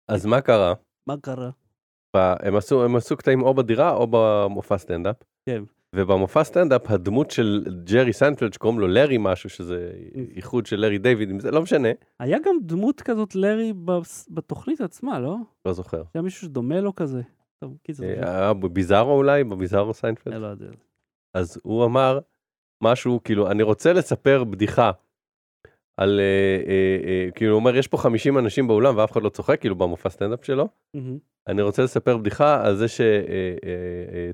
אז מה קרה? מה קרה? ב- הם עשו, הם עשו קטעים או בדירה או במופע סטנדאפ. כן. ובמופע סטנדאפ הדמות של ג'רי סנפלד שקוראים לו לארי משהו שזה Mm. איחוד של לארי דיוויד עם זה לא משנה היה גם דמות כזאת לארי בס- בתוכנית עצמה, לא? לא זוכר. היה מישהו שדומה לו כזה. טוב, קיצור, אה, זה- לא היה בביזארו אולי בביזארו אני סיינפלד לא יודע. אז הוא אמר משהו כאילו אני רוצה לספר בדיחה. על אה, אה, אה, כאילו הוא אומר יש פה 50 אנשים באולם ואף אחד לא צוחק כאילו במופע סטנדאפ שלו. מהמם. אני רוצה לספר בדיחה על זה אה,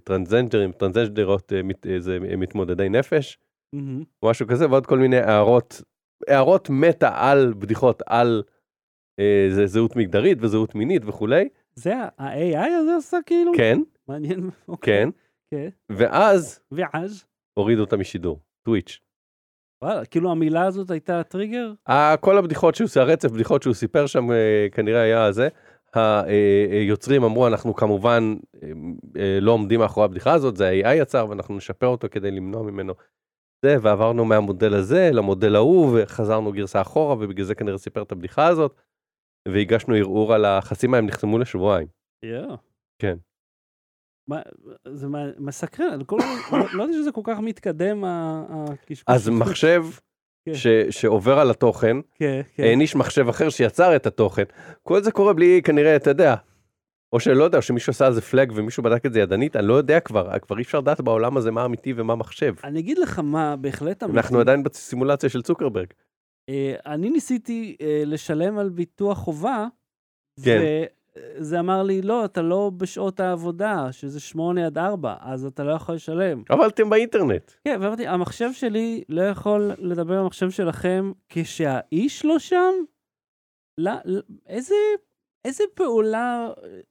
שטרנסג'נדרים, אה, טרנסג'נדרות אה, מת- אה, זה אה, מתמודדי נפש, מהמם. משהו כזה, ועוד כל מיני הערות, הערות מטה על בדיחות על אה, זה- זהות מגדרית וזהות מינית וכולי. זה ה- ה-AI הזה עשה כאילו? כן, מעניין. אוקיי. כן. כן. ואז ואז, הורידו אותה משידור, טוויץ'. וואלה, כאילו המילה הזאת הייתה הטריגר? ה- כל הבדיחות שהוא, הרצף בדיחות שהוא סיפר שם אה, כנראה היה זה. היוצרים אמרו אנחנו כמובן אה, אה, לא עומדים מאחורי הבדיחה הזאת, זה ה-AI יצר ואנחנו נשפר אותו כדי למנוע ממנו זה, ועברנו מהמודל הזה למודל ההוא וחזרנו גרסה אחורה ובגלל זה כנראה סיפר את הבדיחה הזאת. והגשנו ערעור על החסימה, הם נחסמו לשבועיים. יואו. כן. מה- זה מה- מסקרן, אני כל- לא יודע שזה כל כך מתקדם ה- הקשקוש. אז הזה. מחשב כן. ש- שעובר על התוכן, כן, כן. העניש מחשב אחר שיצר את התוכן. כל זה קורה בלי כנראה, אתה יודע, או שלא יודע, או שמישהו עשה על זה פלאג ומישהו בדק את זה ידנית, אני לא יודע כבר, כבר אי אפשר לדעת בעולם הזה מה אמיתי ומה מחשב. אני אגיד לך מה בהחלט אה, אמיתי. אנחנו עדיין בסימולציה של צוקרברג. אה, אני ניסיתי אה, לשלם על ביטוח חובה, כן. וזה אמר לי, לא, אתה לא בשעות העבודה, שזה שמונה עד ארבע, אז אתה לא יכול לשלם. אבל אתם באינטרנט. כן, ואמרתי, המחשב שלי לא יכול לדבר עם המחשב שלכם כשהאיש לא שם? לא, לא- איזה, איזה פעולה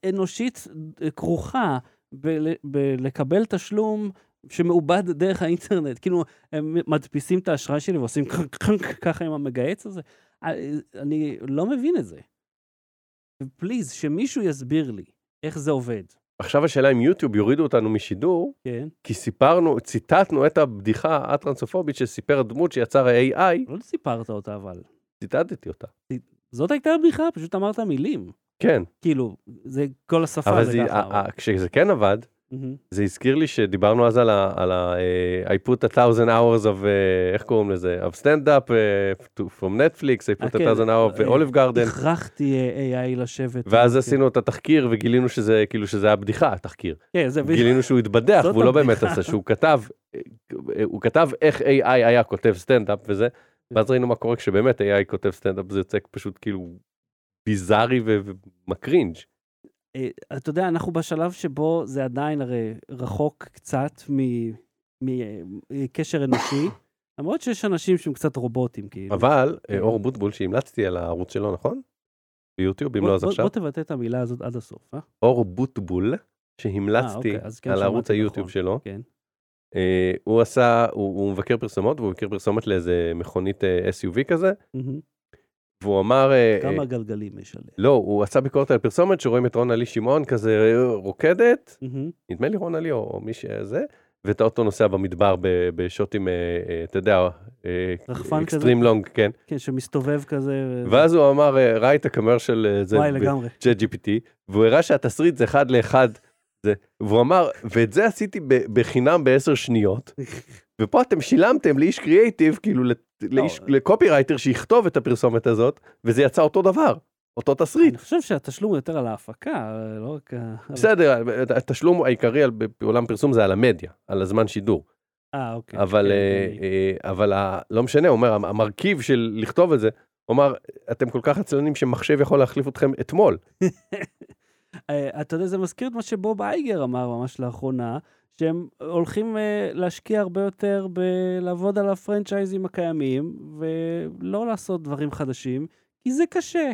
אנושית אה, כרוכה בל- בלקבל תשלום שמעובד דרך האינטרנט? כאילו, הם מדפיסים את האשראי שלי ועושים קרנק, קרנק, ככה עם המגהץ הזה? אה, אני לא מבין את זה. פליז, שמישהו יסביר לי איך זה עובד. עכשיו השאלה אם יוטיוב יורידו אותנו משידור, כן? כי סיפרנו, ציטטנו את הבדיחה הטרנסופובית שסיפר דמות שיצר ה-AI, לא סיפרת אותה, אבל. ציטטתי אותה. זאת הייתה הבדיחה, פשוט אמרת מילים. כן, כאילו, זה כל השפה אבל זה זה- ככה. ה- ה- כשזה כן עבד, מהמם. זה הזכיר לי שדיברנו אז על ה... על ה אה, I put a thousand hours of... אה, איך קוראים לזה? of stand-up uh, from Netflix, I put אה, a כן. thousand hours אה, ו-olive garden, הכרחתי אה, AI לשבת. ואז כן. עשינו את התחקיר וגילינו שזה כאילו שזה היה בדיחה, התחקיר. כן, זה בדיוק. גילינו שהוא התבדח זאת והוא לא באמת הבדיחה. עשה, שהוא כתב, אה, אה, הוא כתב איך AI היה כותב סטנדאפ וזה, כן. ואז ראינו מה קורה כשבאמת AI כותב סטנדאפ, זה יוצא פשוט כאילו ביזארי ו- ומקרינג'. כאילו, אה, אתה יודע, אנחנו בשלב שבו זה עדיין הרי רחוק קצת מקשר אנושי, למרות שיש אנשים שהם קצת רובוטים, כאילו. אבל אה, אור בוטבול שהמלצתי על הערוץ שלו, נכון? ביוטיוב, אם בוא- לא אז בוא- עכשיו. בוא תבטא את המילה הזאת עד הסוף, אה? אור בוטבול, אה, שהמלצתי אוקיי, אז כן על ערוץ שמעתי היוטיוב נכון, שלו. כן. אה, הוא עשה, הוא הוא מבקר פרסומות, והוא מבקר פרסומת לאיזה מכונית אה, SUV כזה, מהמם. והוא אמר... אה, אה, כמה גלגלים יש עליה. לא, הוא עשה ביקורת על פרסומת שרואים את רונלי שמעון כזה אה, רוקדת, מהמם. נדמה לי רונלי או או מי שזה, ואת האוטו נוסע במדבר ב- בשוטים, אה, אה, אתה יודע, רחפן כזה? אקסטרים לונג, כן. כן, שמסתובב כזה. ו- ואז הוא אמר, אה, ראי את הקמרשל, אה, זה וואי, ב- לגמרי. צ'אט GPT, והוא הראה שהתסריט זה אחד לאחד, זה, והוא אמר, ואת זה עשיתי ב- בחינם בעשר שניות, ופה אתם שילמתם לאיש קריאייטיב, כאילו לת- לאיש, לא. לקופי רייטר שיכתוב את הפרסומת הזאת, וזה יצא אותו דבר, אותו תסריט. אני חושב שהתשלום הוא יותר על ההפקה, לא רק... ה- בסדר, התשלום העיקרי על- בעולם פרסום זה על המדיה, על הזמן שידור, אה, אוקיי. אבל, כן, אה, הגיוני. אה, אבל ה- לא משנה, הוא אומר, המ- המרכיב של לכתוב את זה, הוא אמר, אתם כל כך עצלנים שמחשב יכול להחליף אתכם אתמול. Mm. אה, אתה יודע, זה מזכיר את מה שבוב אייגר אמר ממש לאחרונה, שהם הולכים אה, להשקיע הרבה יותר בלעבוד על הפרנצ'ייזים הקיימים, ולא לעשות דברים חדשים, כי זה קשה.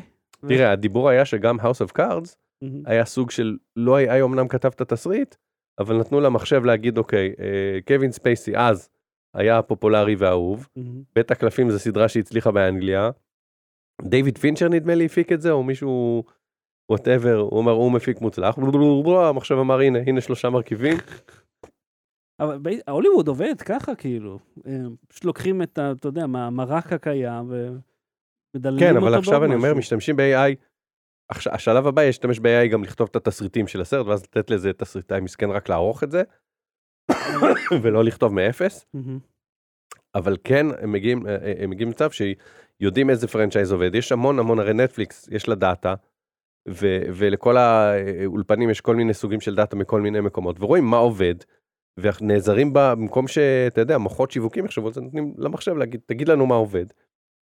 תראה, אה, הדיבור היה שגם House of Cards, מהמם. היה סוג של לא AI אמנם כתב את התסריט אבל נתנו למחשב להגיד אוקיי אה, קווין ספייסי אז היה הפופולרי והאהוב. מהמם. בית הקלפים זו סדרה שהצליחה באנגליה. דיוויד פינצ'ר נדמה לי הפיק את זה, או מישהו, וואטאבר, הוא אמר הוא מפיק מוצלח, בלבלבלבלבלב, המחשב אמר הנה, הנה שלושה מרכיבים, אבל ב- ההוליווד עובד ככה, כאילו. הם פשוט לוקחים את, ה- אתה יודע, מה- המרק הקיים ומדללים כן, אותו אבל בעוד עכשיו אני אומר, משהו. משתמשים ב-AI, עכשיו- השלב הבא ישתמש ב-AI גם לכתוב את התסריטים של הסרט, ואז לתת לזה תסריטאי מסכן רק לערוך את זה, ולא לכתוב מאפס, מהמם. אבל כן, הם מגיעים, אה, אה, הם מגיעים למצב שיודעים איזה פרנצ'ייז עובד, יש המון המון, הרי נטפליקס, יש לה דאטה, ו- ולכל האולפנים יש כל מיני סוגים של דאטה מכל מיני מקומות, ורואים מה עובד. ונעזרים בה במקום שאתה יודע מוחות שיווקים יחשבו על זה נותנים למחשב להגיד תגיד לנו מה עובד.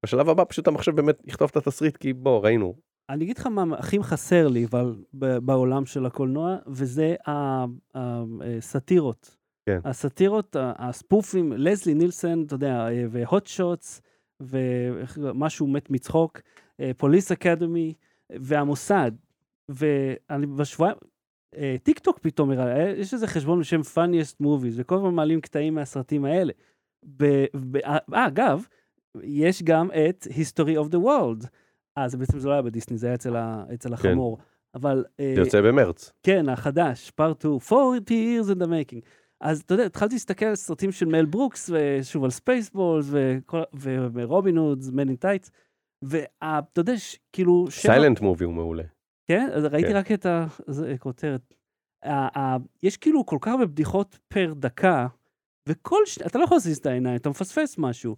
בשלב הבא פשוט המחשב באמת יכתוב את התסריט כי בוא ראינו אני אגיד לך מה הכי חסר לי, אבל ב- בעולם של הקולנוע, וזה ה- אה, ה- הסאטירות. כן. הסאטירות, ה- הספופים, לזלי נילסון, אתה יודע, אה, והוט שוטס, ומשהו מת מצחוק, אה, פוליס אקדמי, והמוסד. ואני בשבועיים, אה, טיק טוק פתאום הראה, אה, יש איזה חשבון בשם funniest movies, וכל הזמן מעלים קטעים מהסרטים האלה. ב- ב- אה, אגב, יש גם את History of the World. אה, זה בעצם זה לא היה בדיסני, זה היה אצל, ה, אצל החמור. אבל... אה, כן. זה יוצא במרץ. כן, החדש, פארט 2, 40 years in the making. אז אתה יודע, התחלתי להסתכל על סרטים של מל ברוקס, ושוב על ספייסבולס, ורובין הודס, מנין טייטס, ואתה יודע, ש- כאילו... שבע- סיילנט מובי הוא מעולה. כן, אז ראיתי כן. רק את הכותרת. יש כאילו כל כך הרבה בדיחות פר דקה, וכל ש... אתה לא יכול להזיז את העיניים, אתה מפספס משהו.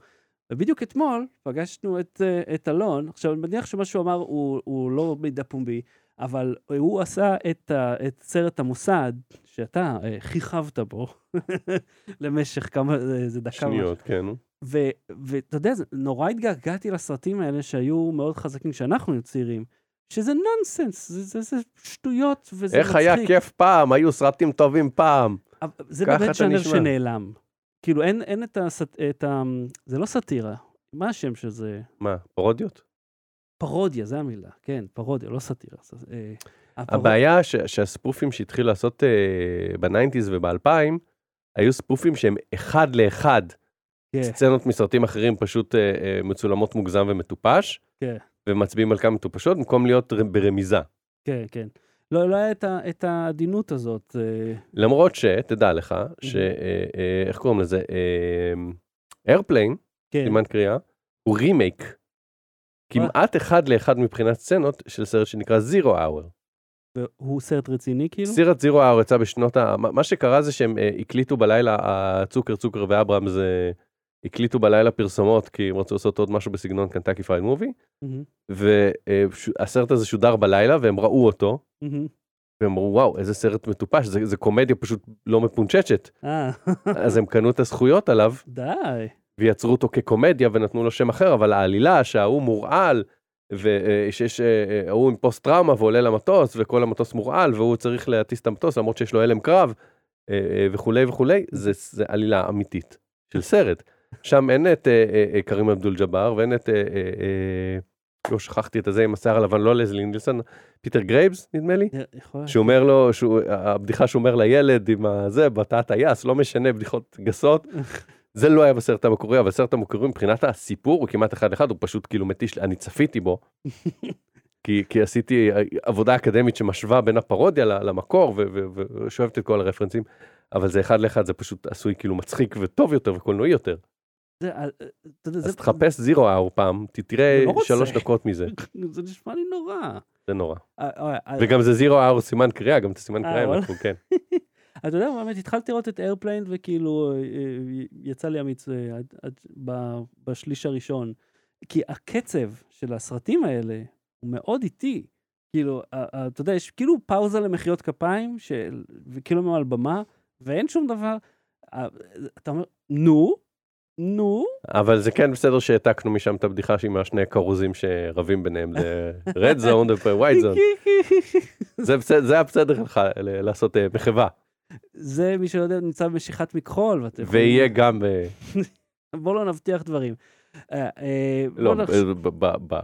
ובדיוק אתמול פגשנו את, אה, את אלון, עכשיו אני מניח שמה שהוא אמר הוא, הוא לא מידע פומבי, אבל הוא עשה את, ה- את סרט המוסד, שאתה אה, כיכבת בו למשך כמה, אה, זה, זה דקה. או שניות, כן. נו. ו- ואתה יודע, זה- נורא התגעגעתי לסרטים האלה שהיו מאוד חזקים כשאנחנו היו צעירים, שזה נונסנס, זה, זה, זה שטויות וזה איך היה כיף פעם, היו סרטים טובים פעם. אבל זה ככה באמת אתה ז'אנר נשמע. שנעלם. כאילו, אין, אין את, הסט, את ה... זה לא סאטירה, מה השם של זה? מה, פרודיות? פרודיה, זה המילה, כן, פרודיה, לא סאטירה. ס- אה, הפרוד- הבעיה ש- שהספופים שהתחילו לעשות אה, בניינטיז ובאלפיים, היו ספופים שהם אחד לאחד כן, סצנות מסרטים אחרים פשוט אה, אה, מצולמות מוגזם ומטופש, כן. ומצביעים על כמה מטופשות במקום להיות ר- ברמיזה. כן, כן. לא, לא היה את, ה- את העדינות הזאת. אה, למרות שתדע לך, Mm-hmm. ש... אה, אה, איך קוראים לזה? אה, איירפליין, כן, סימן קריאה, הוא רימייק. כמעט אחד לאחד מבחינת סצנות של סרט שנקרא זירו האוור. והוא סרט רציני כאילו? סירת זירו האוור יצא בשנות ה... מה מה שקרה זה שהם אה, הקליטו בלילה, הצוקר צוקר ואברהם זה... הקליטו בלילה פרסומות כי הם רצו לעשות עוד משהו בסגנון קנטקי פרייד מובי, מהמם, והסרט אה, הזה שודר בלילה והם ראו אותו, מהמם. והם אמרו וואו איזה סרט מטופש, זה, זה קומדיה פשוט לא מפונצ'צ'ת. אה, אז הם קנו את הזכויות עליו די. ויצרו אותו כקומדיה ונתנו לו שם אחר, אבל העלילה שההוא מורעל, ושיש אה, ההוא עם פוסט טראומה ועולה למטוס, וכל המטוס מורעל, והוא צריך להטיס את המטוס למרות שיש לו הלם קרב, אה, אה, וכולי וכולי, זה, זה עלילה אמיתית של סרט. שם אין את אה, אה, אה, קרים אבדול ג'אבר ואין את, אה, אה, אה, לא שכחתי את הזה עם השיער הלבן, לא לזלי נילסון, פיטר גרייבס נדמה לי. יכול- שאומר לו, שהוא, הבדיחה שהוא אומר לילד עם הזה, בתא טייס, לא משנה, בדיחות גסות. זה לא היה בסרט המקורי, אבל הסרט המקורי מבחינת הסיפור הוא כמעט אחד לאחד, הוא פשוט כאילו מתיש, אני צפיתי בו. כי, כי עשיתי אה, עבודה אקדמית שמשווה בין הפרודיה ל- למקור ו- ו- ושואבת את כל הרפרנסים, אבל זה אחד לאחד, זה פשוט עשוי כאילו מצחיק וטוב יותר וקולנועי יותר. זה, אה, אה, אתה יודע, אז זה- תחפש זירו האור פעם, ת- תראה אני לא רוצה. שלוש דקות מזה, זה נשמע לי נורא. זה נורא. אה, אה, אה, וגם זה זירו האור סימן קריאה, גם את הסימן אה, קריאה הם וואלה. לקחו, כן. אתה יודע, באמת התחלתי לראות את איירפליין, וכאילו אה, אה, יצא לי אמיץ אה, עד- עד ב- בשליש הראשון. כי הקצב של הסרטים האלה הוא מאוד איטי. כאילו, אה, אה, אתה יודע, יש כאילו פאוזה למחיאות כפיים, של- וכאילו הם על במה, ואין שום דבר. אה, אתה אומר, נו, נו, אבל זה כן בסדר שהעתקנו משם את הבדיחה שהיא מהשני כרוזים שרבים ביניהם, זה רד זון ווייד זון. זה בסדר- זה היה בסדר לך ל- לעשות אה, מחווה, זה, מי שלא יודע, נמצא במשיכת מכחול. ואתם יכולים- ויהיה גם, אה, בוא לא נבטיח דברים. אה, אה, לא, בוא נחש- ב- ב- ב-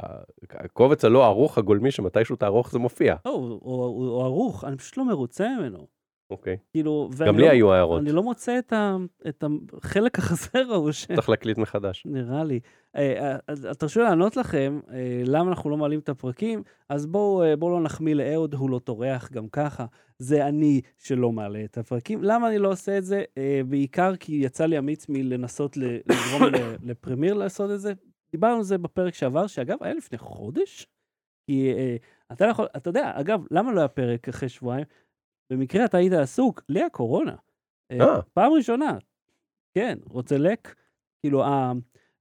בקובץ הלא ערוך הגולמי שמתישהו תערוך זה מופיע. לא, הוא- הוא הוא- הוא ערוך, אני פשוט לא מרוצה ממנו. אוקיי. כאילו, ואני גם לי לא- היו הערות, אני לא מוצא את, ה, את החלק החסר ההוא ש... צריך להקליט מחדש. נראה לי. אה, אה, אז אז תרשו לי לענות לכם אה, למה אנחנו לא מעלים את הפרקים, אז בואו אה, בואו לא נחמיא לאהוד, הוא לא טורח גם ככה. זה אני שלא מעלה את הפרקים. למה אני לא עושה את זה? אה, בעיקר כי יצא לי אמיץ מלנסות ל- לגרום ל- לפרמיר לעשות את זה. דיברנו על זה בפרק שעבר, שאגב, היה לפני חודש. כי אה, אתה לא יכול, אתה יודע, אגב, למה לא היה פרק אחרי שבועיים? במקרה אתה היית עסוק, לאה קורונה. אה, אה. פעם ראשונה. כן, רוצה לק? כאילו, ה-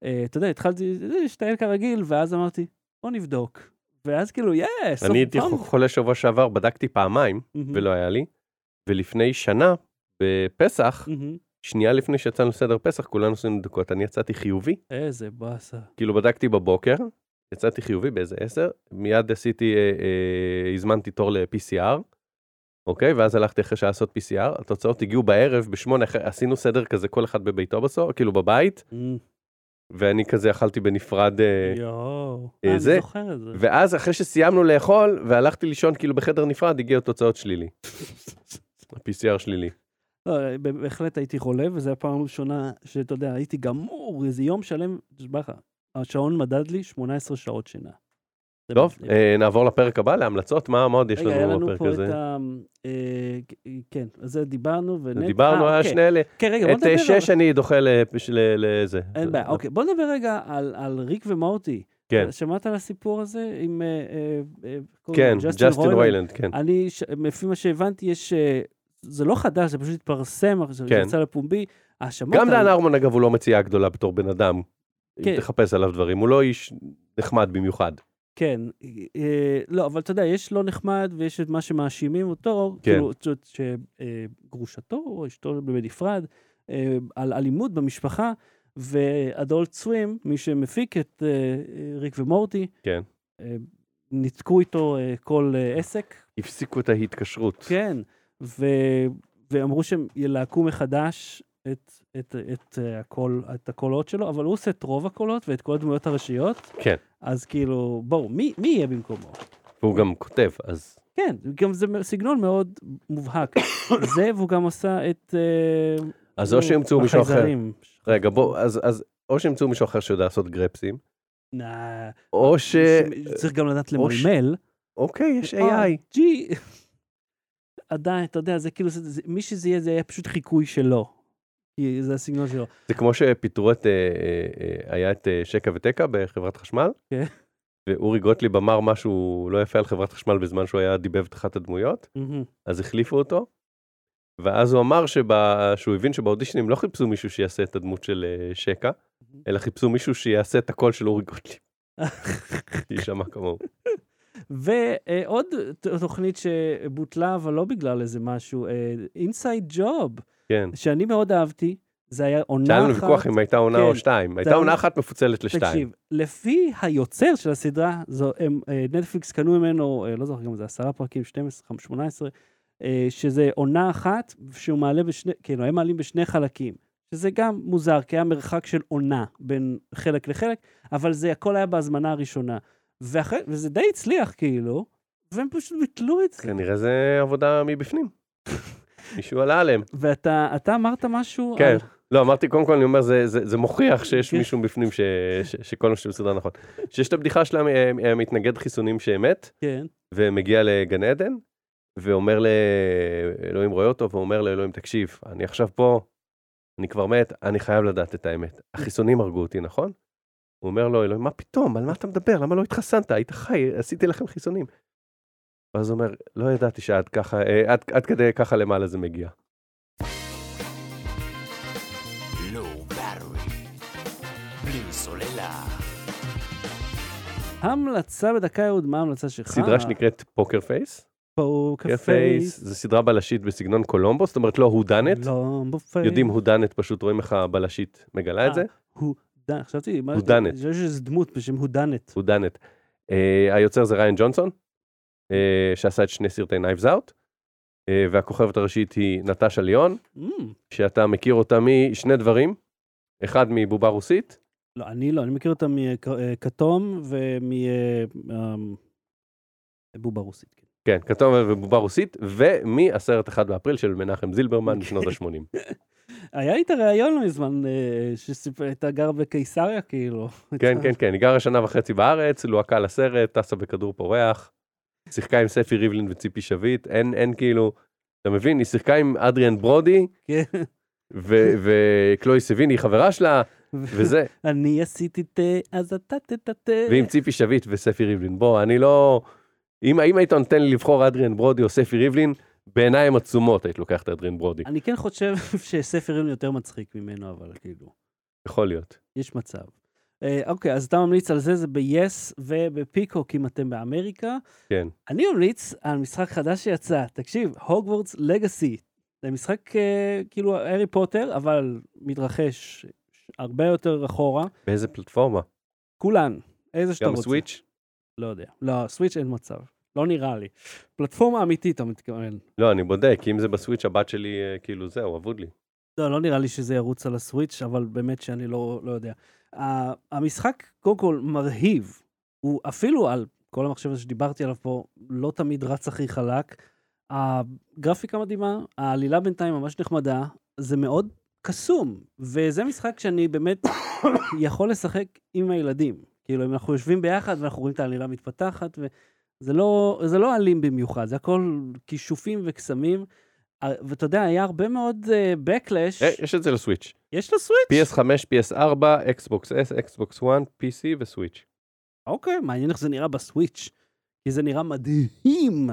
אה, אתה יודע, התחלתי אה, להשתעל כרגיל, ואז אמרתי, בוא נבדוק. ואז כאילו, יס, אני הייתי חולה שבוע שעבר, בדקתי פעמיים, Mm. ולא היה לי, ולפני שנה, Mm. בפסח, שנייה לפני שיצאנו לסדר פסח, כולנו עשינו בדיקות, אני יצאתי חיובי, איזה באסה. כאילו בדקתי בבוקר, יצאתי חיובי באיזה 10, מיד עשיתי, אה, אה, הזמנתי תור ל-PCR, אוקיי? ואז הלכתי אחרי שעה לעשות PCR, התוצאות הגיעו בערב, בשמונה, אחרי- עשינו סדר כזה, כל אחד בביתו בסוף, כאילו בבית, אמ, ואני כזה אכלתי בנפרד. אה, יואו. אה, אה, אני זה- זוכר את זה. ואז אחרי שסיימנו לאכול, והלכתי לישון כאילו בחדר נפרד, הגיעו תוצאות שלילי. ה-PCR שלילי. לא, ב- בהחלט הייתי חולה, וזו הפעם הראשונה שאתה יודע, הייתי גמור, איזה יום שלם, נשבע לך, השעון מדד לי 18 שעות שינה. זה טוב, מדהים. אה, נעבור לפרק הבא, להמלצות, מה מה עוד יש רגע, היה לנו לנו בפרק פה הזה? את ה... אה, כן, אז זה דיברנו, ונט... דיברנו, אה, היה אוקיי. שני אלה. כן, רגע, בוא את נדבר... אה, על- שש אני דוחה לפ- ל- לזה. אין בעיה, אוקיי, בוא נדבר רגע על, על ריק ומורטי. כן. שמעת על הסיפור הזה עם... אה, אה, אה, קוראים כן, לו ג'סטין רוילנד, כן. אני, ש- לפי מה שהבנתי, יש... אה, זה לא חדש, זה פשוט התפרסם, עכשיו, כן. זה יצא לפומבי. האשמות... גם על- דן ארמון, אגב, הוא לא מציאה גדולה בתור בן אדם. אם כן. תחפש עליו דברים, הוא לא איש נחמד במיוחד. כן, אה, לא, אבל אתה יודע, יש לא נחמד ויש את מה שמאשימים אותו, כן. כאילו, שגרושתו או אשתו בנפרד, אה, על אלימות במשפחה, ואדולט סווים, מי שמפיק את אה, אה, ריק ומורטי, כן. אה, ניתקו איתו אה, כל אה, עסק, הפסיקו את ההתקשרות. כן, ו... ואמרו שהם ילהקו מחדש את, את, את, אה, הקול, את הקולות שלו, אבל הוא עושה את רוב הקולות ואת כל הדמויות הראשיות. כן. אז כאילו, בואו, מי, מי יהיה במקומו? והוא גם כותב, אז... כן, גם זה סגנון מאוד מובהק. זה, והוא גם עשה את... אה, אז או נו, שימצאו מישהו אחר. החייזרים. רגע, בוא, אז- אז או שימצאו מישהו אחר שיודע לעשות גרפסים, נא, או ש... צריך גם לדעת אה, או ש- למלמל. אוקיי, יש אה, AI. ג'י, עדיין, אתה יודע, זה כאילו, זה- זה- מי שזה יהיה, זה יהיה פשוט חיקוי שלו. כי זה הסגנון שלו. זה כמו שפיטרו את... אה, אה, אה, היה את אה, שקע ותקע בחברת חשמל, כן. ואורי גוטליב אמר משהו לא יפה על חברת חשמל בזמן שהוא היה דיבב את אחת הדמויות. מהמם. אז החליפו אותו. ואז הוא אמר שבה, שהוא הבין שבאודישנים לא חיפשו מישהו שיעשה את הדמות של אה, שקע, אלא חיפשו מישהו שיעשה את הקול של אורי גוטליב, שיישמע כמוהו. ועוד תוכנית שבוטלה, אבל לא בגלל איזה משהו, אה, Inside Job, כן. שאני מאוד אהבתי, זה היה עונה שהיה לנו אחת. ויכוח אם הייתה עונה כן. או שתיים. הייתה היה- עונה אחת מפוצלת לשתיים. תקשיב, לפי היוצר של הסדרה, זו, הם, אה, נטפליקס קנו ממנו, אה, לא זוכר גם זה, עשרה פרקים, 12, 15, 18, אה, שזה עונה אחת, שהוא מעלה בשני, כאילו, הם מעלים בשני חלקים. שזה גם מוזר, כי היה מרחק של עונה בין חלק לחלק, אבל זה הכל היה בהזמנה הראשונה. ואחרי, וזה די הצליח, כאילו, והם פשוט ביטלו את זה. כנראה זה עבודה מבפנים. מישהו עלה עליהם. ואתה אתה אמרת משהו כן. על... לא, אמרתי, קודם כל, אני אומר, זה, זה, זה מוכיח שיש כן. מישהו בפנים ש, ש, שכל מה שמסודר נכון. שיש את הבדיחה של המ- אה, המתנגד חיסונים שמת, כן. ומגיע לגן עדן, ואומר לאלוהים, רואה אותו, ואומר לאלוהים, תקשיב, אני עכשיו פה, אני כבר מת, אני חייב לדעת את האמת. החיסונים הרגו אותי, נכון? הוא אומר לו, אלוהים, מה פתאום, על מה אתה מדבר? למה לא התחסנת? היית חי, עשיתי לכם חיסונים. ואז הוא אומר, לא ידעתי שעד ככה, אה, עד, עד כדי ככה למעלה זה מגיע. לואו ברוי, לא בלי סוללה. המלצה בדקה, אהוד, מה ההמלצה שלך? סדרה שנקראת פוקר פייס. פוקר פוקר פייס פייס. זו סדרה בלשית בסגנון קולומבו, זאת אומרת לא הודנט. לא, בופייס. יודעים הודנט, פשוט רואים איך הבלשית מגלה את אה. זה. הוא דן, חשבתי, מה- הודנת. יש איזו דמות בשם הודנת. סודנית. Uh, היוצר זה ריין ג'ונסון, uh, שעשה את שני סרטי Knives Out, uh, והכוכבת הראשית היא נטשה ליון, אמ, שאתה מכיר אותה משני דברים, אחד מבובה רוסית, לא, אני לא, אני מכיר אותה אה, מכתום ומבובה אה, אמ, רוסית. כן. כן, כתום ובובה רוסית, ומהסרט 1 באפריל של מנחם זילברמן בשנות אוקיי. ה-80. היה איתה ראיון לא מזמן, אה, שסיפר, הייתה גר בקיסריה, כאילו. כן, כן, כן, היא גרה שנה וחצי בארץ, לוהקה לסרט, טסה בכדור פורח, שיחקה עם ספי ריבלין וציפי שביט, אין, אין כאילו, אתה מבין, היא שיחקה עם אדריאן ברודי, כן. ו- וקלוי סביני היא חברה שלה, וזה, אני עשיתי תה, אז אתה תטאטא. ועם ציפי שביט וספי ריבלין. בוא, אני לא... אם, אם היית נותן לי לבחור אדריאן ברודי או ספי ריבלין, בעיניים עצומות היית לוקח את אדריאן ברודי. אני כן חושב שספר ריבלין יותר מצחיק ממנו, אבל כאילו, יכול להיות. יש מצב. אה, אוקיי, אז אתה ממליץ על זה, זה ב-yes ובפיקוק אם אתם באמריקה. כן. אני ממליץ על משחק חדש שיצא, תקשיב, הוגוורטס לגאסי. זה משחק אה, כאילו הארי פוטר, אבל מתרחש הרבה יותר אחורה. באיזה פלטפורמה? כולן, איזה שאתה גם רוצה. סוויץ'? לא יודע. לא, סוויץ' אין מצב. לא נראה לי. פלטפורמה אמיתית, אתה מתכוון. לא, אני בודק, אם זה בסוויץ', הבת שלי, אה, כאילו, זהו, אבוד לי. לא, לא נראה לי שזה ירוץ על הסוויץ', אבל באמת שאני לא, לא יודע. ה- המשחק, קודם כל, מרהיב. הוא אפילו על כל המחשב הזה שדיברתי עליו פה, לא תמיד רץ הכי חלק. הגרפיקה מדהימה, העלילה בינתיים ממש נחמדה, זה מאוד קסום, וזה משחק שאני באמת יכול לשחק עם הילדים. כאילו, אם אנחנו יושבים ביחד ואנחנו רואים את העלילה מתפתחת, וזה לא, זה לא אלים במיוחד, זה הכל כישופים וקסמים. אה, ואתה יודע, היה הרבה מאוד אה, backlash. אה, יש את זה לסוויץ'. יש לו סוויץ'. PS5, PS4, Xbox S, Xbox One, PC וסוויץ'. אוקיי, מעניין איך זה נראה בסוויץ', כי זה נראה מדהים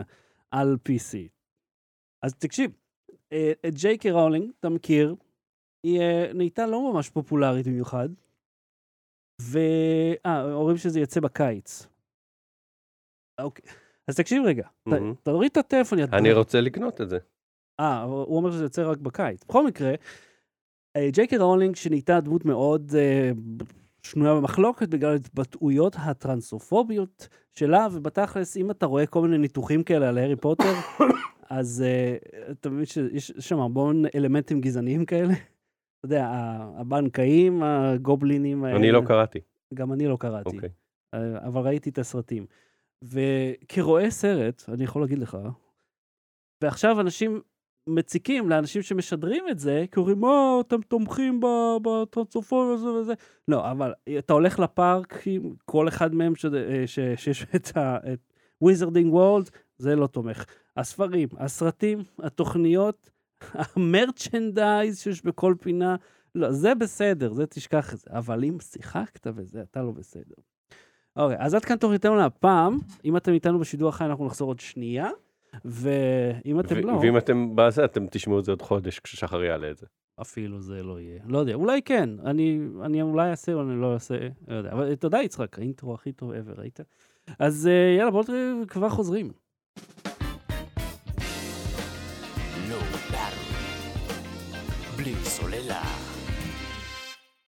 על PC. אז תקשיב, אה, את ג'ייקי ראולינג, אתה מכיר, היא אה, נהייתה לא ממש פופולרית במיוחד, וההורים שזה יצא בקיץ. אוקיי, אז תקשיב רגע, ת- מהמם. תוריד את הטלפון, יא אני דו- רוצה לקנות את זה. אה, אבל הוא אומר שזה יוצא רק בקיץ. בכל מקרה, אה, ג'ייקי ראולינג, שנהייתה דמות מאוד אה, שנויה במחלוקת בגלל ההתבטאויות הטרנסופוביות שלה, ובתכלס, אם אתה רואה כל מיני ניתוחים כאלה על הארי פוטר, אז אה, אתה מבין שיש שם המון אלמנטים גזעניים כאלה. אתה יודע, ה- הבנקאים, הגובלינים האלה. אני לא קראתי. גם אני לא קראתי. אוקיי. אה, אבל ראיתי את הסרטים. וכרואה סרט, אני יכול להגיד לך, ועכשיו אנשים מציקים לאנשים שמשדרים את זה, כי אומרים, מה, אתם תומכים ב- בטרנסופון וזה וזה. לא, אבל אתה הולך לפארק עם כל אחד מהם ש- אה, ש- שיש את ה... את וויזרדינג וורלד, זה לא תומך. הספרים, הסרטים, התוכניות, המרצ'נדייז שיש בכל פינה, לא, זה בסדר, זה תשכח את זה. אבל אם שיחקת בזה, אתה לא בסדר. אוקיי, אז עד כאן תוכניתנו להפעם. אם אתם איתנו בשידור החי, אנחנו נחזור עוד שנייה. ואם אתם ו- לא, ואם אתם בזה, אתם תשמעו את זה עוד חודש כששחר יעלה את זה. אפילו זה לא יהיה. לא יודע, אולי כן. אני, אני אולי אעשה או אני לא אעשה, לא יודע. אבל תודה, יצחק, האינטרו הכי טוב ever, ראית? אז אה, יאללה, בואו תראה, כבר חוזרים. Low battery. בלי סוללה.